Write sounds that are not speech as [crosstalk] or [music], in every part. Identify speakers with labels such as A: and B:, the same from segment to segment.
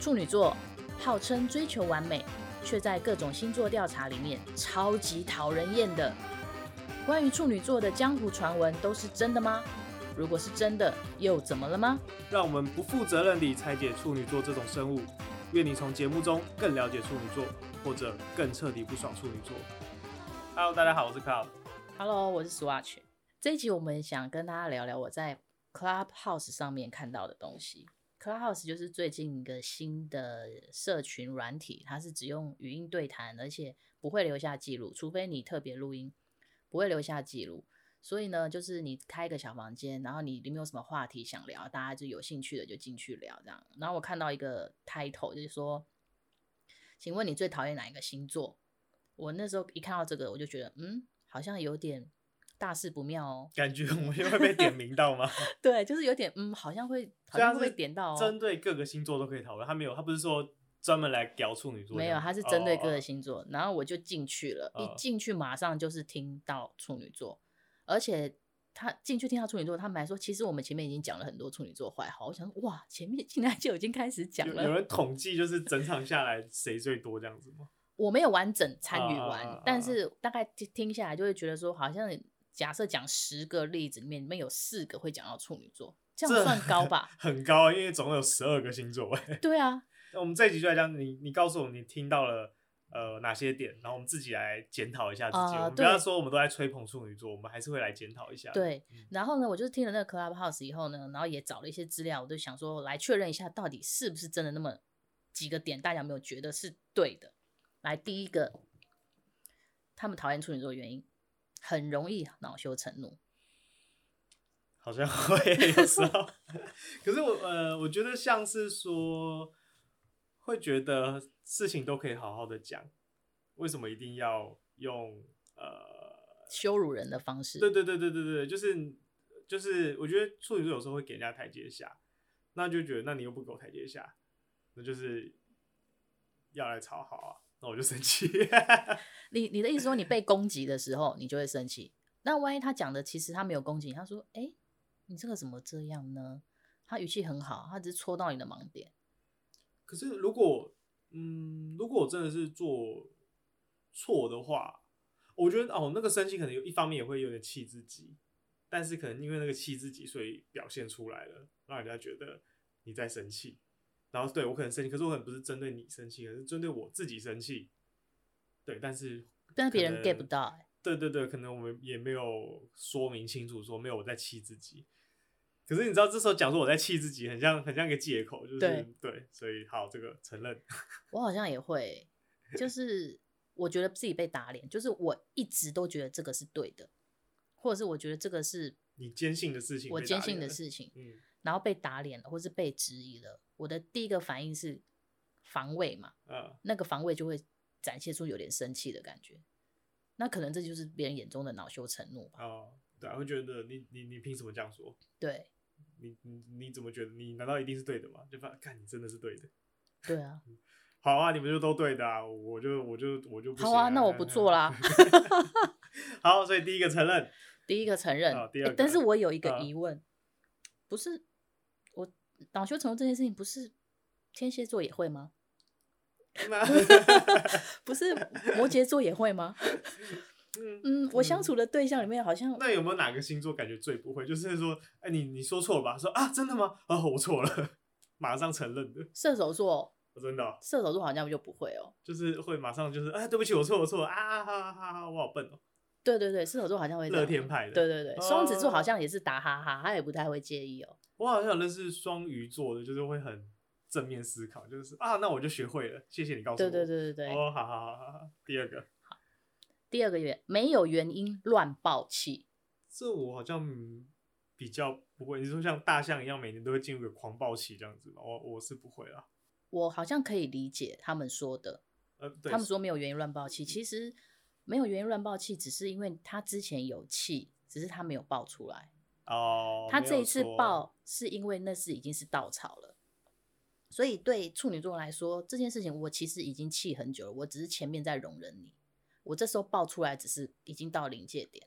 A: 处女座号称追求完美，却在各种星座调查里面超级讨人厌的。关于处女座的江湖传闻都是真的吗？如果是真的，又怎么了吗？
B: 让我们不负责任地拆解处女座这种生物。愿你从节目中更了解处女座，或者更彻底不爽处女座。Hello，大家好，我是
A: [laughs]
B: Cloud。
A: Hello，我是 Swatch。这一集我们想跟大家聊聊我在 Clubhouse 上面看到的东西。Clubhouse 就是最近一个新的社群软体，它是只用语音对谈，而且不会留下记录，除非你特别录音，不会留下记录。所以呢，就是你开一个小房间，然后你里面有什么话题想聊，大家就有兴趣的就进去聊这样。然后我看到一个 title 就是说，请问你最讨厌哪一个星座？我那时候一看到这个，我就觉得，嗯，好像有点大事不妙哦。
B: 感觉我们又会被点名到吗？
A: [laughs] 对，就是有点，嗯，好像会，好
B: 所以它
A: 像
B: 是
A: 会被点到哦。
B: 针对各个星座都可以讨论，他没有，他不是说专门来屌处女座这
A: 没
B: 样，
A: 有，它是针对各
B: 哦
A: 个星座。然后我就进去了，
B: 哦
A: 一进去马上就是听到处女座，而且他进去听到处女座，他们还说，其实我们前面已经讲了很多处女座坏话。我想说，哇，前面竟然就已经开始讲
B: 有有
A: 了，
B: 人统计就是整场下来谁最多这样子吗？
A: 我没有完整参与
B: 啊
A: 完，
B: 啊啊
A: 但
B: 啊
A: 是大概听听下来就会觉得说，好像假设讲十个例子里面，里面有四个会讲到处女座，这样
B: 这？
A: 算高吧
B: 很高，啊因为总共有十二个星座。
A: 对啊，
B: 那我们这一集就来讲，你你告诉我们你听到了呃哪些点，然后我们自己来检讨一下自
A: 啊
B: 己。我们不要
A: 对
B: 说我们都在吹捧处女座，我们还是会来检讨一下。
A: 对
B: 嗯，
A: 然后呢，我就是听了那个 Clubhouse 以后呢，然后也找了一些资料，我就想说来确认一下，到底是不是真的那么几个点，大家有没有觉得是对的？来，第一个，他们讨厌处女座的原因，很容易恼羞成怒。
B: 好像会有时候。 [laughs] 可是我呃，我觉得像是说，会觉得事情都可以好好的讲，为什么一定要用呃
A: 羞辱人的方式，
B: 对对对对对对，就是就是，我觉得处女座有时候会给人家台阶下，那就觉得那你又不给我台阶下，那就是要来吵好啊，那我就生气。
A: 你你的意思说，你被攻击的时候，你就会生气。那万一他讲的其实他没有攻击你，他说：“哎，你这个怎么这样呢？”他语气很好，他只是戳到你的盲点。
B: 可是如果嗯，如果我真的是做错的话，我觉得哦，那个生气可能有一方面也会有点气自己，但是可能因为那个气自己，所以表现出来了，让人家觉得你在生气。然后对我可能生气，可是我可能不是针对你生气，可是针对我自己生气。对，但是
A: 但是别
B: 可
A: 人
B: 能
A: get 不到、欸，
B: 对对对，可能我们也没有说明清楚，说没有我在气自己。可是你知道，这时候讲说我在气自己，很像很像一个借口，就是
A: 对
B: 对，所以好，这个承认。 [laughs]
A: 我好像也会，就是我觉得自己被打脸，就是我一直都觉得这个是对的，或者是我觉得这个是
B: 你坚信的事情，
A: 我坚信的，事情，
B: 嗯，
A: 然后被打脸了，或是被质疑了，我的第一个反应是防卫嘛，
B: 啊，
A: 那个防卫就会展现出有点生气的感觉，那可能这就是别人眼中的恼羞成怒吧。
B: 哦，对啊，会觉得你你你凭什么这样说？
A: 对，
B: 你你你怎么觉得？你难道一定是对的吗？就发看你真的是对的。
A: 对啊，
B: 好啊，你们就都对的啊，我就我就我就不行、
A: 好啊，那我不做。啦。
B: [laughs] 好，所以第一个承认，
A: 第一个承认，
B: 啊好第
A: 诶
B: 二
A: 但
B: 个
A: 是我有一个
B: 啊
A: 疑问，不是我恼羞成怒这件事情，不是天蝎座也会吗？
B: 那 [laughs]
A: [laughs] 不是摩羯座也会吗？
B: 嗯
A: 嗯，我相
B: 嗯
A: 处的对象里面好像
B: 那有没有哪个星座感觉最不会？就是说，哎、你你说错了吧？说啊，真的吗？哦，我错了，马上承认的，
A: 射手座，
B: 真的哦、
A: 射手座好像就不会哦。
B: 就是会马上就是，哎、对不起，我错，我错了啊，哈哈哈哈，我好笨哦、
A: 对对对，射手座好像会这
B: 乐
A: 样
B: 天派的
A: 对对对，双子座好
B: 哦
A: 像也是打哈哈，他也不太会介意哦。
B: 我好像有认识双鱼座的，就是会很正面思考，就是啊，那我就学会了，谢谢你告诉
A: 对
B: 我。
A: 对对对对。
B: 哦，好好好好好，第二个，
A: 第二个原没有原因乱爆气，
B: 这我好像嗯比较不会。你说像大象一样，每年都会进入一个狂暴期这样子吗？我我是不会啦。
A: 我好像可以理解他们说的。
B: 呃，对，
A: 他们说没有原因乱爆气，其实没有原因乱爆气，只是因为他之前有气，只是他没有爆出来。
B: 哦，
A: 他
B: 没
A: 这
B: 有
A: 一次
B: 说，
A: 爆是因为那是已经是稻草了，所以对处女座来说，这件事情我其实已经气很久了，我只是前面在容忍你，我这时候爆出来只是已经到临界点，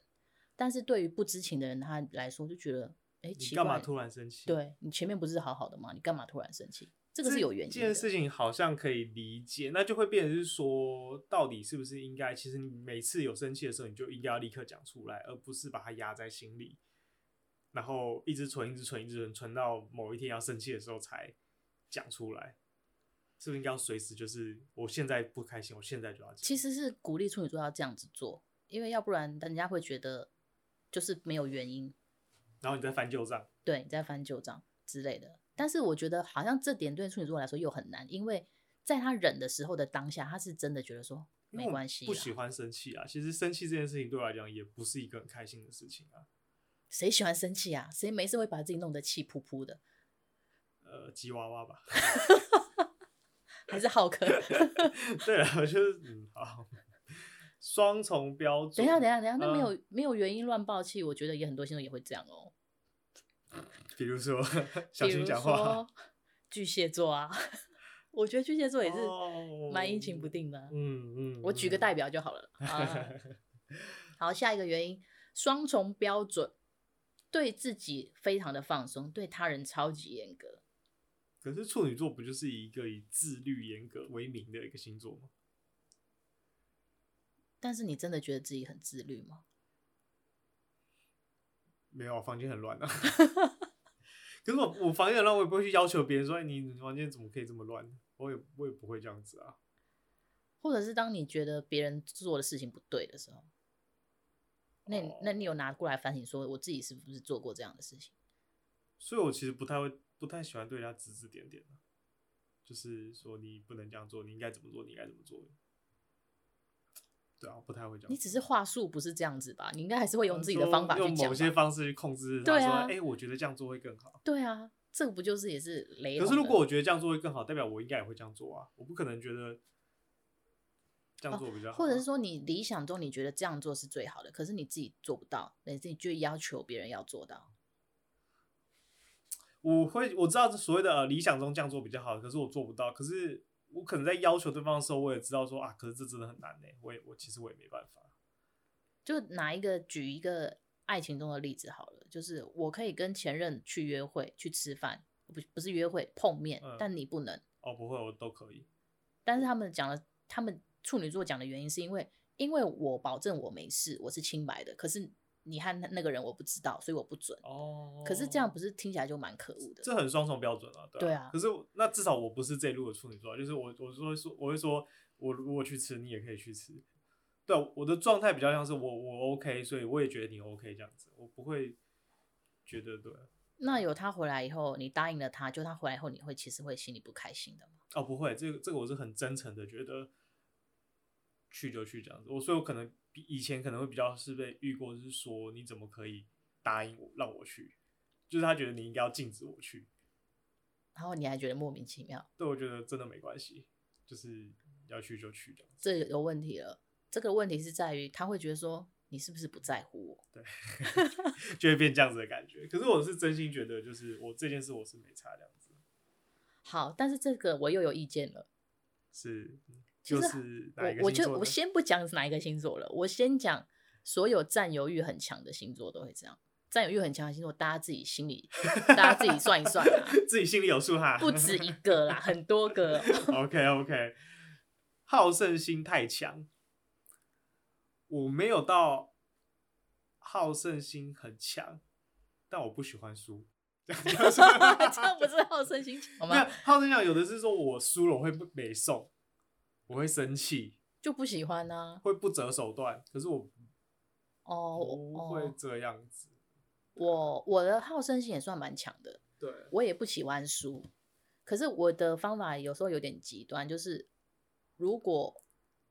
A: 但是对于不知情的人他来说就觉得，哎、哎，
B: 你
A: 奇
B: 干嘛
A: 怪，
B: 突然生气？，
A: 对你前面不是好好的吗？你干嘛突然生气？这个是有原因
B: 这
A: 的
B: 件。事情好像可以理解，那就会变成是说，到底是不是应该？其实你每次有生气的时候，你就应该要立刻讲出来，而不是把它压在心里，然后一直存，一直存，一直存，存到某一天要生气的时候才讲出来。是不是应该要随时就是我现在不开心，我现在就要讲？
A: 其实是鼓励处女座要这样子做，因为要不然人家会觉得就是没有原因，
B: 然后你再翻旧账，
A: 对你在翻旧账之类的。但是我觉得好像这点对处女座来说又很难，因为在他忍的时候的当下，他是真的觉得说
B: 因
A: 没
B: 为我
A: 关系
B: 不
A: 啦
B: 喜欢生气啊。其实生气这件事情对我来讲也不是一个很开心的事情啊。
A: 谁喜欢生气啊？谁没事会把自己弄得气扑扑的？
B: 呃，吉娃娃吧。
A: 还是浩
B: [laughs]
A: 克？
B: 对啊，我就是嗯好，双重标
A: 等
B: 准。
A: 一下，等一，下，等一下，那没
B: 嗯
A: 有、没有原因乱爆气，我觉得也很多星座也会这样哦。
B: 比
A: [laughs]
B: 如说小
A: 比
B: 心
A: 如
B: 讲话，
A: 说 [laughs] 巨蟹座啊， [laughs] 我觉得巨蟹座也是
B: 哦
A: 蛮阴晴不定的啊、
B: 嗯嗯，
A: 我举个代表就好
B: [laughs]
A: 了。
B: 嗯。
A: 啊好，下一个原因，双重标准，对自己非常的放松，对他人超级严格。
B: 可是处女座不就是一个以自律严格为名的一个星座吗？
A: 但是你真的觉得自己很自律吗？
B: 没有，房间很乱啊。 [laughs] 可是我我房间很乱，我也不会去要求别人说哎你你房间怎么可以这么乱，我也我也不会这样子啊。
A: 或者是当你觉得别人做的事情不对的时候，那你
B: 哦
A: 那你有拿过来反省，说我自己是不是做过这样的事情？
B: 所以我其实不太会，不太喜欢对人家指指点点啊就是说你不能这样做，你应该怎么做，你应该怎么做。对啊，不太会这样。
A: 你只是话术不是这样子吧？你应该还是会用自己的
B: 嗯说
A: 方法去
B: 用
A: 讲
B: 某些
A: 吧。
B: 方式去控制他
A: 对
B: 说，
A: 啊
B: 哎、我觉得这样做会更好。
A: 对啊，这个不就是也是雷
B: 可
A: 同的？
B: 是如果我觉得这样做会更好，代表我应该也会这样做啊，我不可能觉得这样做比较好啊、
A: 哦或者是说你理想中你觉得这样做是最好的，可是你自己做不到，你自己就要求别人要做到。
B: 我会我知道这所谓的、呃、理想中这样做比较好，可是我做不到。可是我可能在要求对方的时候，我也知道说啊，可是这真的很难呢、我也我其实我也没办法。
A: 就拿一个举一个爱情中的例子好了，就是我可以跟前任去约会、去吃饭，不不是约会碰面，
B: 嗯
A: 但你不能。
B: 哦，不会，我都可以。
A: 但是他们讲了，他们处女座讲的原因是因为，因为我保证我没事，我是清白的，可是你和那那个人我不知道，所以我不准。
B: 哦，
A: 可是这样不是听起来就蛮可恶的？
B: 这很双重标准啊，对啊。
A: 对啊
B: 可是我那至少我不是这一路的处女座啊，就是我我说说我会说，我如果去吃，你也可以去吃。对啊、我的状态比较像是我我 OK，所以我也觉得你 OK 这样子，我不会觉得对啊
A: 那有他回来以后，你答应了他，就他回来以后，你会其实会心里不开心的吗？
B: 哦，不会，这个这个我是很真诚的觉得去就去这样子，我所以我可能比以前可能会比较是被遇过，就是说你怎么可以答应我让我去，就是他觉得你应该要禁止我去，
A: 然后你还觉得莫名其妙，
B: 对我觉得真的没关系，就是要去就去这样子。
A: 这有问题了。这个问题是在于他会觉得说你是不是不在乎我？
B: 就会变这样子的感觉。可是我是真心觉得，就是我这件事我是没差这样子，
A: 好，但是这个我又有意见了。
B: 是嗯
A: 其
B: 就
A: 实
B: 是哪一
A: 我我
B: 个星
A: 就
B: 座
A: 我
B: 呢？
A: 先不讲哪一个星座了，我先讲所有占有欲很强的星座都会这样。占有欲很强的星座，大家自己心里，大家自己算一算啦，
B: [laughs] 自己心里有数哈，
A: 不止一个啦，很多个哦、 [laughs]
B: OK OK，好胜心太强，我没有到好胜心很强，但我不喜欢输。这样就是
A: 这不是好胜心强
B: 没有
A: 吗？
B: 好胜心，有的是说我输了我会不美送，我会生气，
A: 就不喜欢呢、
B: 会不择手段。可是我
A: 哦，
B: 不
A: 我
B: 会
A: 哦，
B: 这样子。
A: 我我的好胜心也算蛮强的，
B: 对，
A: 我也不喜欢输，可是我的方法有时候有点极端，就是如果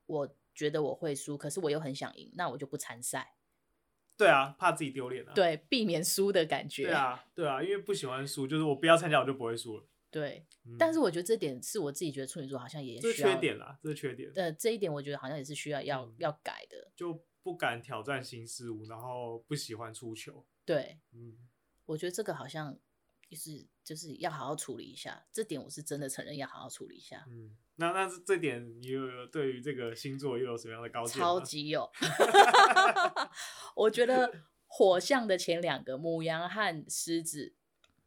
A: 我觉得我会输，可是我又很想赢，那我就不参赛，
B: 对啊，怕自己丢脸啊。
A: 对，避免输的感觉。
B: 对啊，对啊，因为不喜欢输，就是我不要参加我就不会输了。
A: 对
B: 嗯
A: 但是我觉得这点是我自己觉得处女座好像也需
B: 这
A: 要
B: 是缺点啦，这是缺点，
A: 呃，这一点我觉得好像也是需要要、
B: 嗯
A: 要改的。
B: 就不敢挑战新事物，然后不喜欢出糗。
A: 对，
B: 嗯，
A: 我觉得这个好像就是就是要好好处理一下，这点我是真的承认要好好处理一下。
B: 嗯，那那这这点你又有对于 [laughs] 这个星座又有什么样的高见吗？
A: 超级有，我觉得火象的前两个母羊和狮子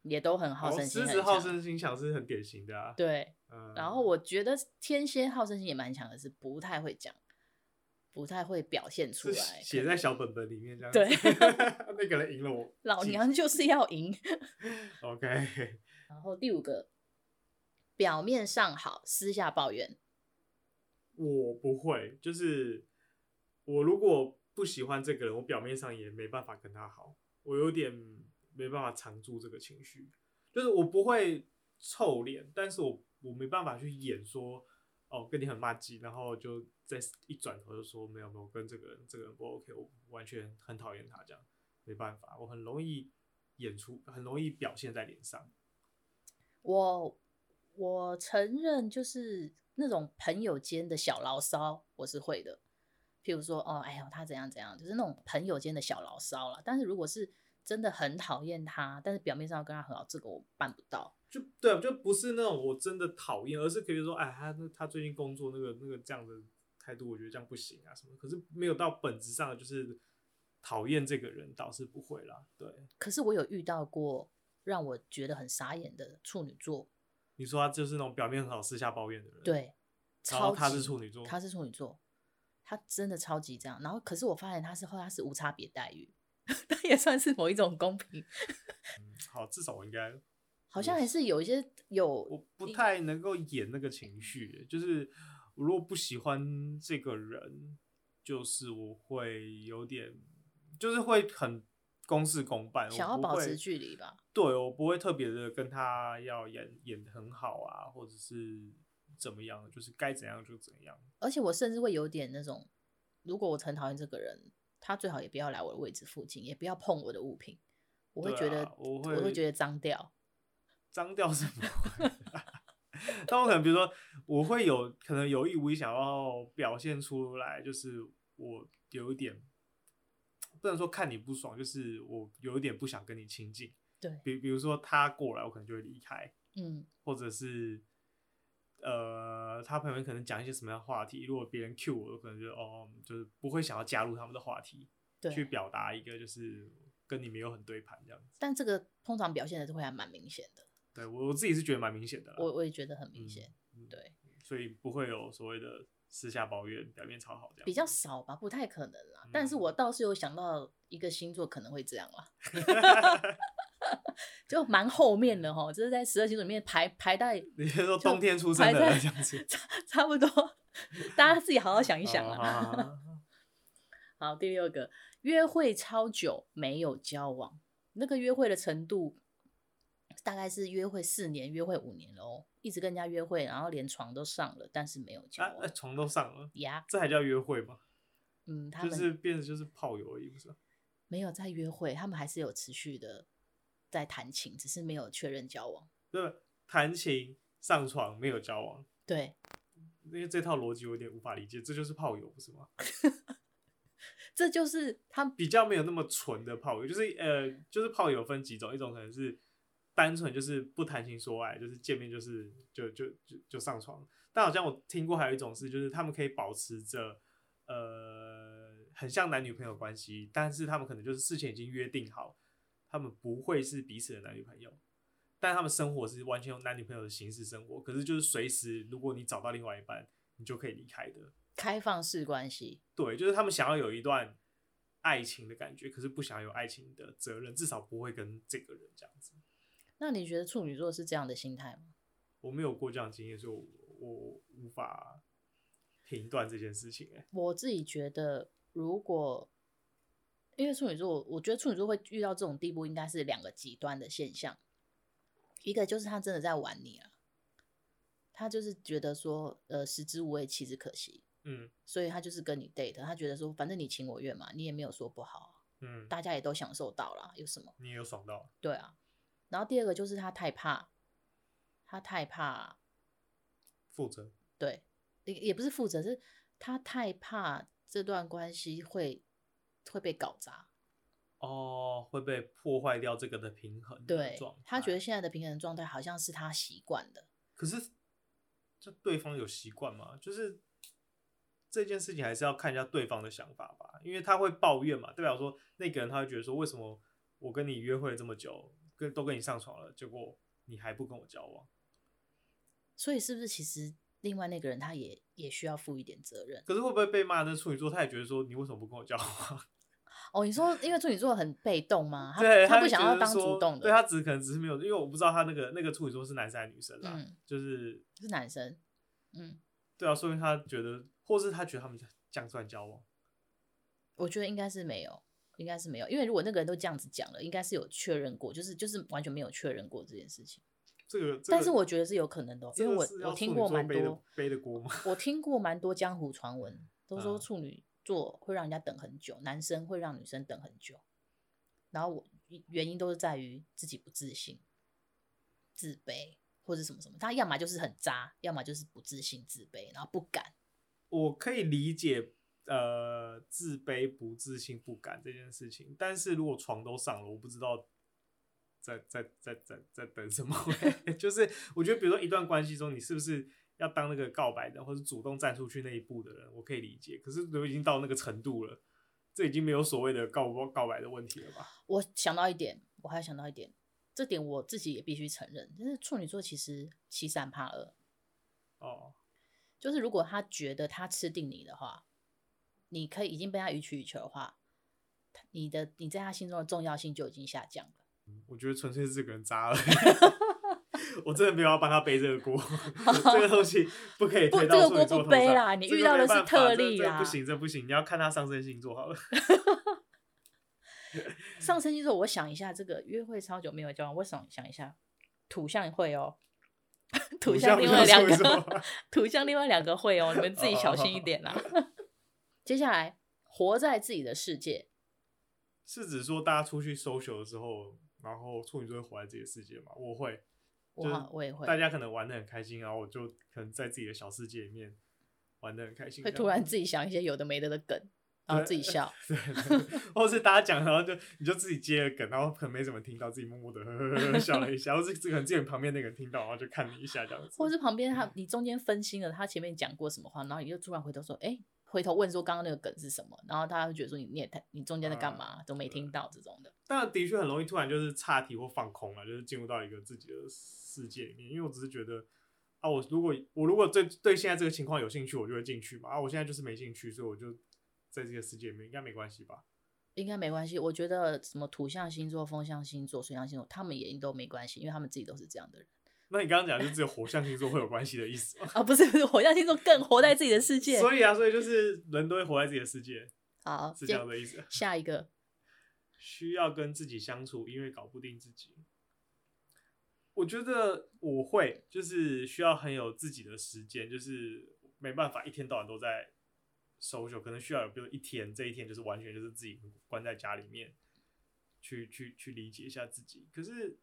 A: 也都很好
B: 哦
A: 胜心
B: 狮
A: 很
B: 子
A: 强，
B: 好胜心强是很典型的啊。，
A: 对。
B: 嗯、
A: 然后我觉得天蝎好胜心也蛮强的，是不太会讲，不太会表现出
B: 是
A: 来。
B: 写在小本本里面这样。
A: 对，
B: [laughs] 那个人赢了我。
A: 老娘就是要赢。 [laughs]
B: OK，
A: 然后第五个，表面上好，私下抱怨。
B: 我不会，就是我如果不喜欢这个人，我表面上也没办法跟他好，我有点没办法藏住这个情绪，就是我不会臭脸，但是我我没办法去演说哦跟你很骂鸡，然后就再一转头就说没有没有跟这个人这个人不 OK，我完全很讨厌他这样，没办法，我很容易演出，很容易表现在脸上。
A: 我我承认，就是那种朋友间的小牢骚，我是会的。譬如说，哦，哎呦，他怎样怎样，就是那种朋友间的小牢骚啦。但是如果是真的很讨厌他，但是表面上要跟他很好，这个我办不到。
B: 就对啊，就不是那种我真的讨厌，而是可以说，哎，他那他最近工作那个那个这样的态度，我觉得这样不行啊什么。可是没有到本质上的就是讨厌这个人，倒是不会啦。对，
A: 可是我有遇到过让我觉得很傻眼的处女座，
B: 你说他就是那种表面很好，私下抱怨的人。，
A: 对，
B: 然后
A: 超
B: 他是
A: 级
B: 处女座，
A: 他是处女座，他真的超级这样。然后，可是我发现他是后来他是无差别待遇， [laughs] 他也算是某一种公平，
B: 好，至少我应该
A: 好像还是有一些有
B: 嗯我不太能够演那个情绪，就是我如果不喜欢这个人，就是我会有点，就是会很公事公办，我
A: 想要
B: 不
A: 保
B: 会
A: 持距离吧。
B: 对，我不会特别的跟他要演演的很好啊，或者是怎么样，就是该怎样就怎样。
A: 而且我甚至会有点那种，如果我很讨厌这个人，他最好也不要来我的位置附近，也不要碰我的物品，我会
B: 对
A: 觉得、
B: 啊我
A: 会
B: 会
A: 觉得脏掉。
B: 脏掉是不会。啊但我可能比如说，我会有可能有意无意想要表现出来，就是我有一点不能说看你不爽，就是我有一点不想跟你亲近。
A: 对，
B: 比比如说他过来，我可能就会离开，
A: 嗯，
B: 或者是呃，他朋友可能讲一些什么样的话题，如果别人 cue 我，我可能就哦，就是不会想要加入他们的话题，
A: 对。
B: 去表达一个就是跟你没有很对盘这样子。
A: 但这个通常表现的都会还蛮明显的，
B: 对我我自己是觉得蛮明显的啦，
A: 我我也觉得很
B: 嗯
A: 明显，，
B: 嗯，
A: 对，
B: 所以不会有所谓的私下抱怨，表面超好这样。
A: 比较少吧，不太可能啦。但是
B: 嗯
A: 我倒是有想到一个星座可能会这样
B: [laughs]
A: 啦， [laughs] 就蛮后面的哈，就是在十二星座里面排排在
B: [laughs] 你是
A: 就
B: 说冬天出生
A: 排
B: 的人
A: 在？
B: 这样子
A: [laughs] 差差不多，大家自己好好想一想
B: 哦
A: 啊。
B: 好好好
A: [laughs]
B: 好
A: 好，第六个，约会超久没有交往，那个约会的程度大概是约会四年、约会五年了哦，一直跟人家约会，然后连床都上了，但是没有交
B: 啊，
A: 往
B: 那。床都上了，
A: 呀、
B: 这还叫约会吗？
A: 嗯，他
B: 就
A: 们、
B: 是变成就是炮友而已，不是吗？
A: 没有在约会，他们还是有持续的在谈情，只是没有确认交往。
B: 对，弹琴、上床没有交往，
A: 对，
B: 因为这套逻辑我有点无法理解，这就是炮友不是吗？
A: 这就是他们
B: 比较没有那么纯的炮友，就是呃，就是炮友分几种，一种可能是单纯就是不谈情说爱，就是见面就是就就就就上床，但好像我听过还有一种是，就是他们可以保持着呃很像男女朋友关系，但是他们可能就是事前已经约定好，他们不会是彼此的男女朋友。但他们生活是完全用男女朋友的形式生活，可是就是随时，如果你找到另外一半，你就可以离开的。
A: 开放式关系，
B: 对，就是他们想要有一段爱情的感觉，可是不想要有爱情的责任，至少不会跟这个人这样子。
A: 那你觉得处女座是这样的心态吗？
B: 我没有过这样的经验，所以我我无法评断这件事情、欸。哎，
A: 我自己觉得，如果因为处女座，我觉得处女座会遇到这种地步，应该是两个极端的现象。一个就是他真的在玩你了，他就是觉得说，呃，食之无味，弃之可惜，
B: 嗯
A: 所以他就是跟你 date，他觉得说，反正你情我愿嘛，你也没有说不好啊，
B: 嗯，
A: 大家也都享受到了，有什么？
B: 你也有爽到，
A: 对啊。然后第二个就是他太怕，他太怕
B: 负责。
A: 对，也也不是负责，是他太怕这段关系会会被搞砸。
B: 哦，会被破坏掉这个的平衡的
A: 对
B: 嗯状态，
A: 他觉得，现在的平衡状态好像是他习惯的，
B: 可是这对方有习惯吗？就是这件事情还是要看一下对方的想法吧，因为他会抱怨嘛，代表说那个人他会觉得说，为什么我跟你约会这么久，跟都跟你上床了，结果你还不跟我交往？
A: 所以是不是其实另外那个人他也也需要负一点责任？
B: 可是会不会被骂的处女座，他也觉得说你为什么不跟我交往？
A: 哦，你说因为处女座很被动吗？ [laughs] 他
B: 对，
A: 他
B: 他
A: 不
B: 就
A: 想
B: 觉
A: 要
B: 得
A: 当
B: 说
A: 主动的，
B: 对他啊只可能只是没有，因为我不知道他那个那个处女座是男生还是女生啦，
A: 嗯
B: 就是
A: 是男生，嗯，
B: 对啊，说明他觉得，或是他觉得他们这样算交往，
A: 我觉得应该是没有，应该是没有，因为如果那个人都这样子讲了，应该是有确认过，就是就是完全没有确认过这件事情。
B: 这个，这个、
A: 但是我觉得是有可能的哦，
B: 这
A: 因
B: 个
A: 为我
B: 是要
A: 我听
B: 处女
A: 过
B: 座
A: 蛮
B: 背的
A: 多
B: 背的锅吗？
A: 我听过蛮多江湖传闻，都说
B: 嗯
A: 处女座会让人家等很久，男生会让女生等很久。然后我原因都是在于自己不自信、自卑或者什么什么，他要么就是很渣，要么就是不自信、自卑，然后不敢。
B: 我可以理解，呃，自卑、不自信、不敢这件事情，但是如果床都上了，我不知道在在在在在
A: [laughs]
B: 等什么、就是我觉得，比如说一段关系中，你是不是要当那个告白的，或是主动站出去那一步的人，我可以理解。可是都已经到那个程度了，这已经没有所谓的告不告白的问题了吧？
A: 我想到一点，我还想到一点，这点我自己也必须承认，就是处女座其实欺善怕恶，
B: 哦，
A: 就是如果他觉得他吃定你的话，你可以已经被他予取予求的话，他你的你在他心中的重要性就已经下降了。
B: 我觉得纯粹是这个人渣了。
A: [laughs]
B: 我真的没有要帮他背这个锅，这个东西不可以
A: 不这
B: 推
A: 个锅
B: 到处女
A: 不
B: 座头
A: 背
B: 上
A: 啦你
B: 这
A: 遇
B: 个
A: 到
B: 没
A: 的是
B: 办法
A: 特
B: 这
A: 例
B: 这
A: 啦
B: 不行，这不行，你要看他上升星座好了。
A: 上升星座，我想一下，这个约会超久没有交往，我想想一下，土象会哦， [laughs] 土象
B: 象
A: 另
B: 不
A: 外
B: 是
A: 两
B: 处女座
A: 个， [laughs] 土象另外两个会哦，你们自己小心一点啦。
B: 哦
A: [laughs] 接下来，活在自己的世界，
B: 是指说大家出去 social 的时候，然后处女座会活在自己的世界嘛？我会，
A: 我
B: 就是
A: 好我也会
B: 大家可能玩的很开心，然后我就可能在自己的小世界里面玩的很开心，
A: 会
B: 这
A: 突
B: 样
A: 然自己想一些有的没的的梗，然后自己笑。
B: [laughs] 对，对或是大家讲，然后就你就自己接了梗，然后可能没怎么听到，自己默默的呵呵呵呵笑了一下，或是可能自己旁边那个人听到，然后就看你一下这样子。
A: 或者是旁边
B: 嗯
A: 他你中间分心了，他前面讲过什么话，然后你就突然回头说，哎、回头问说刚刚那个梗是什么，然后他会觉得说你你也太你中间在
B: 啊
A: 干嘛、都没听到这种的。
B: 但的确很容易突然就是岔题或放空了，就是进入到一个自己的世界里面。因为我只是觉得啊，我如果我如果对对现在这个情况有兴趣，我就会进去嘛。啊，我现在就是没兴趣，所以我就在这个世界里面应该没关系吧。
A: 应该没关系，我觉得什么土象星座、风象星座、水象星座，他们也都没关系，因为他们自己都是这样的人
B: 那你刚刚讲就只有火象星座会有关系的意思吗？
A: 啊，不是不是，火象星座更活在自己的 [laughs] 世界。
B: 所以啊，所以就是人都会活在自己的世界，
A: 好，
B: 是
A: 接
B: 这样的意思。
A: 下一个，
B: 需要跟自己相处，因为搞不定自己。我觉得我会就是需要很有自己的时间，就是没办法一天到晚都在 social，可能需要有比如一天，这一天就是完全就是自己关在家里面，去去去理解一下自己。可是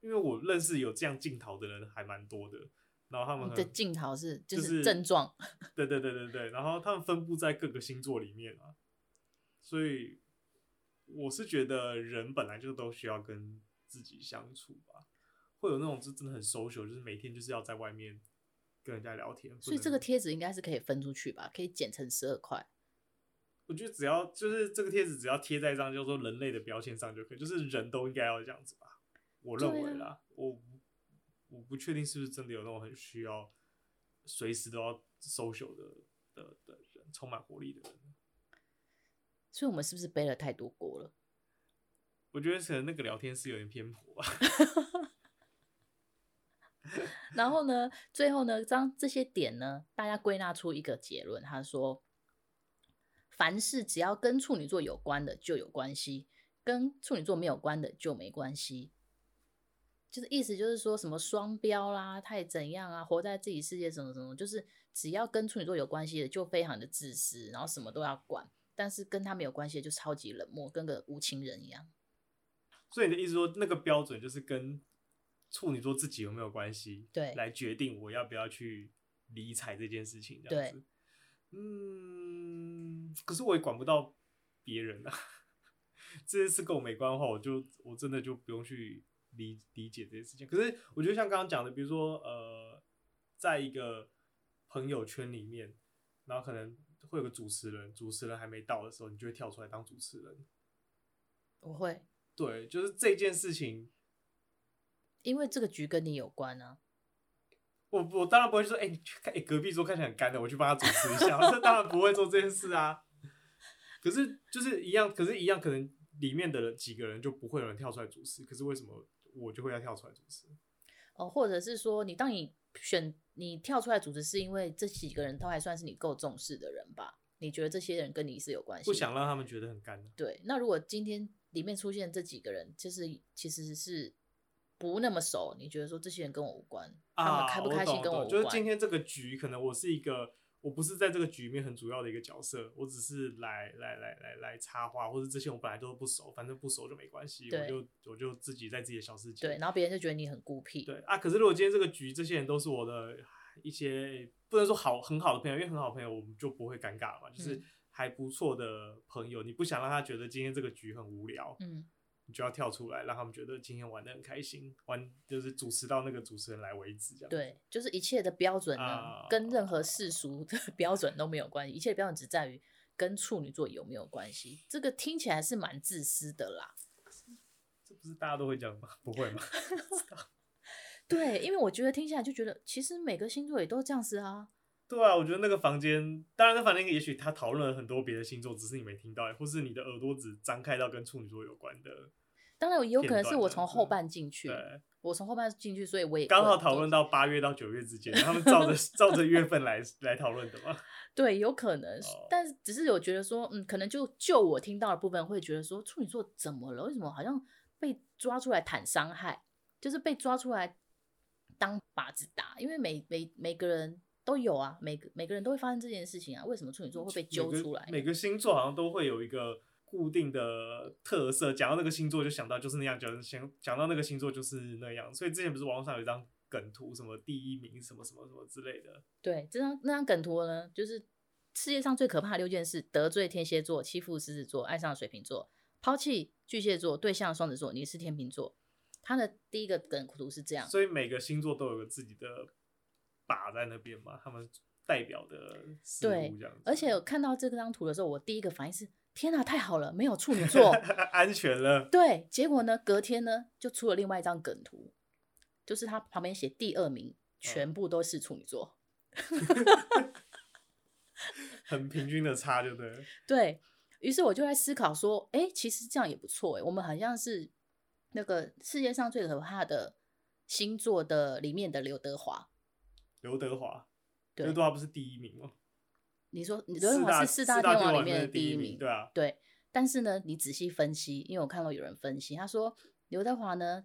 B: 因为我认识有这样镜头的人还蛮多的，然后他们
A: 你
B: 很
A: 的镜头是就
B: 就是是
A: 症状，
B: [laughs] 对对对对对，然后他们分布在各个星座里面啊，所以我是觉得人本来就都需要跟自己相处吧，会有那种就真的很 social，就是每天就是要在外面跟人家聊天。不
A: 所以
B: 能
A: 这个贴纸应该是可以分出去吧，可以剪成十二块。
B: 我觉得只要就是这个贴纸只要贴在一张叫做人类的标签上就可以，就是人都应该要这样子吧，我认为
A: 对啊
B: 啦，我不我不确定是不是真的有那种很需要随时都要 social 的的的人，充满活力的人。
A: 所以我们是不是背了太多锅了？
B: 我觉得可能那个聊天是有点偏颇吧。啊
A: 然后呢，最后呢，将这些点呢，大家归纳出一个结论，他说，凡事只要跟处女座有关的就有关系，跟处女座没有关的就没关系。就是意思就是说什么双标啦，太怎样啊，活在自己世界什么什么，就是只要跟处女座有关系的就非常的自私，然后什么都要管，但是跟他没有关系的就超级冷漠，跟个无情人一样。
B: 所以你的意思说，那个标准就是跟处女座自己有没有关系，
A: 对
B: 来决定我要不要去理睬这件事情，这样子。嗯，可是我也管不到别人啊。 [laughs] 这件事跟我没关的话，我就我真的就不用去理理解这些事情。可是我觉得像刚刚讲的，比如说呃，在一个朋友圈里面，然后可能会有个主持人，主持人还没到的时候，你就会跳出来当主持人。
A: 我会，
B: 对，就是这件事情，
A: 因为这个局跟你有关啊。
B: 我我当然不会说，哎、你去看，哎、隔壁桌看起来很干的，我去帮他主持一下， [laughs] 这当然不会做这件事啊。可是就是一样，可是一样，可能里面的人几个人就不会有人跳出来主持，可是为什么我就会要跳出来主持？
A: 哦，或者是说，你当你选你跳出来组织，是因为这几个人都还算是你够重视的人吧？你觉得这些人跟你是有关系？
B: 不想。让他们觉得很干的。
A: 对，那如果今天里面出现这几个人，就是其实是不那么熟，你觉得说这些人跟我无关，他
B: 啊，
A: 们开不开
B: 我
A: 心
B: 懂
A: 跟
B: 我
A: 无
B: 懂
A: 关？
B: 就是今天这个局，可能我是一个，我不是在这个局里面很主要的一个角色，我只是来来来来来插话，或者这些我本来都不熟，反正不熟就没关系，我
A: 对
B: 就我就自己在自己的小世界。
A: 对，然后别人就觉得你很孤僻。
B: 对啊，可是如果今天这个局这些人都是我的一些不能说好很好的朋友，因为很好的朋友我们就不会尴尬嘛，就是
A: 嗯
B: 还不错的朋友，你不想让他觉得今天这个局很无聊，
A: 嗯，
B: 你就要跳出来，让他们觉得今天玩的很开心，玩就是主持到那个主持人来为止，这样子。
A: 对，就是一切的标准呢，
B: 啊
A: 跟任何世俗的 [laughs] 标准都没有关系，一切的标准只在于跟处女座有没有关系。这个听起来是蛮自私的啦。
B: 这不是大家都会讲吗？ [laughs] 不会吗？
A: 对，因为我觉得听起来就觉得，其实每个星座也都这样子啊。
B: 对啊，我觉得那个房间，当然那房间也许他讨论了很多别的星座，只是你没听到，或是你的耳朵只张开到跟处女座有关的，
A: 当然，也有可能
B: 片
A: 是
B: 段
A: 我
B: 这
A: 从
B: 样
A: 后
B: 子
A: 半进去，
B: 对，
A: 我从后半进去，所以我也
B: 刚
A: 会
B: 好讨论到八月到九月之间，他们
A: [laughs]
B: 照着照着月份来 [laughs] 来讨论的嘛。
A: 对，有可能
B: 哦，
A: 但是只是有觉得说，嗯，可能就就我听到的部分会觉得说，处女座怎么了？为什么好像被抓出来谈伤害，就是被抓出来当靶子打？因为每每每个人都有啊，每个每个人都会发生这件事情啊，为什么处女座会被揪出来呢？
B: 每个，每个星座好像都会有一个固定的特色，讲到那个星座就想到就是那样，讲想讲到那个星座就是那样，所以之前不是网络上有一张梗图，什么第一名什么什么什么之类的，
A: 对，这张那张梗图呢，就是世界上最可怕的六件事：得罪天蝎座、欺负狮子座、爱上水瓶座、抛弃巨蟹座、对象双子座，你是天秤座。他的第一个梗图是这样，
B: 所以每个星座都有个自己的靶在那边嘛，他们代表的事
A: 对
B: 物这样子。
A: 而且我看到这张图的时候，我第一个反应是：天哪、太好了，没有处女座。
B: [laughs] 安全了，
A: 对，结果呢，隔天呢就出了另外一张梗图，就是他旁边写第二名，全部都是处女座。
B: 很平均的差就对了。
A: 对于是，我就在思考说，哎、其实这样也不错哎、我们好像是那个世界上最可怕的星座的里面的刘德华。
B: 刘德华，
A: 对
B: 刘，德华不是第一名吗？
A: 你说你刘德华是四大天
B: 四大天
A: 王
B: 王
A: 里面的
B: 的
A: 第
B: 一
A: 一名，
B: 对啊，
A: 对，但是呢，你仔细分析，因为我看到有人分析，他说刘德华呢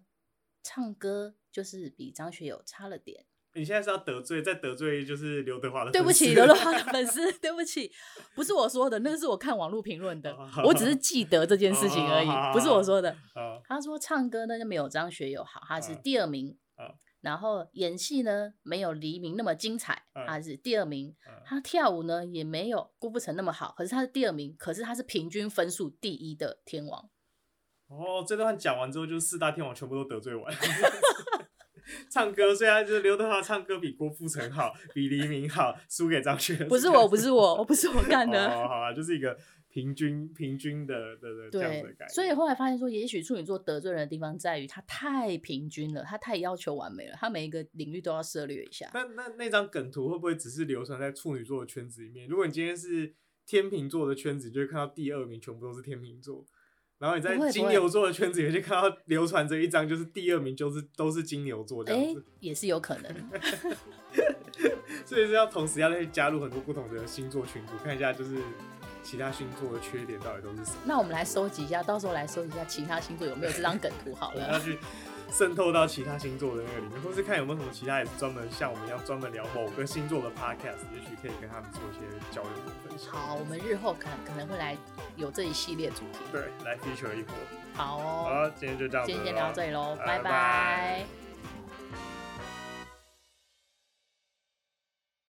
A: 唱歌就是比张学友差了点。
B: 你现在是要得罪，再得罪就是刘德华的。
A: 对不起，刘德华的粉丝，对不起，不是我说的，那个是我看网络评论的，我只是记得这件事情而已，不是我说的。
B: 啊，
A: 他说唱歌呢就没有张学友好，他是
B: 嗯
A: 第二名。
B: 嗯
A: 然后演戏呢没有黎明那么精彩，
B: 嗯
A: 他是第二名。
B: 嗯
A: 他跳舞呢也没有郭富城那么好，可是他是第二名，可是他是平均分数第一的天王。
B: 哦，这段讲完之后，就是四大天王全部都得罪完。 [laughs] 唱歌，虽然就是刘德华唱歌比郭富城好，比黎明好，输给张学友。
A: 不是我，不是我，我不是我干
B: 哦好
A: 的。
B: 啊好啊，就是一个平均平均的的的这样子的
A: 对
B: 概念。，
A: 所以后来发现说，也许处女座得罪人的地方在于他太平均了，他太要求完美了，他每一个领域都要涉猎一下。
B: 那那那张梗图会不会只是流传在处女座的圈子里面？如果你今天是天秤座的圈子，你就会看到第二名全部都是天秤座。然后你在
A: 不会不
B: 金
A: 会
B: 牛座的圈子，你就看到流传着一张，就是第二名就是都是金牛座这样
A: 哎
B: 子，，
A: 也是有可能。
B: 所以是要同时要再加入很多不同的星座群组，看一下就是其他星座的缺点到底都是什么，
A: 那我们来收集一下，到时候来收集一下其他星座有没有这张梗图好
B: 我们要 [laughs]
A: 了。
B: 去渗透到其他星座的那个里面，或是看有没有什么其他也是专门像我们一样专门聊某个星座的 podcast，也许可以跟他们做一些交流跟分享。
A: 好，我们日后可能可能会来有这一系列主题。
B: 对，来 feature 一波。
A: 好哦，
B: 好，今天就这样子
A: 今
B: 了，
A: 天先聊到这里喽，
B: 拜拜
A: 拜拜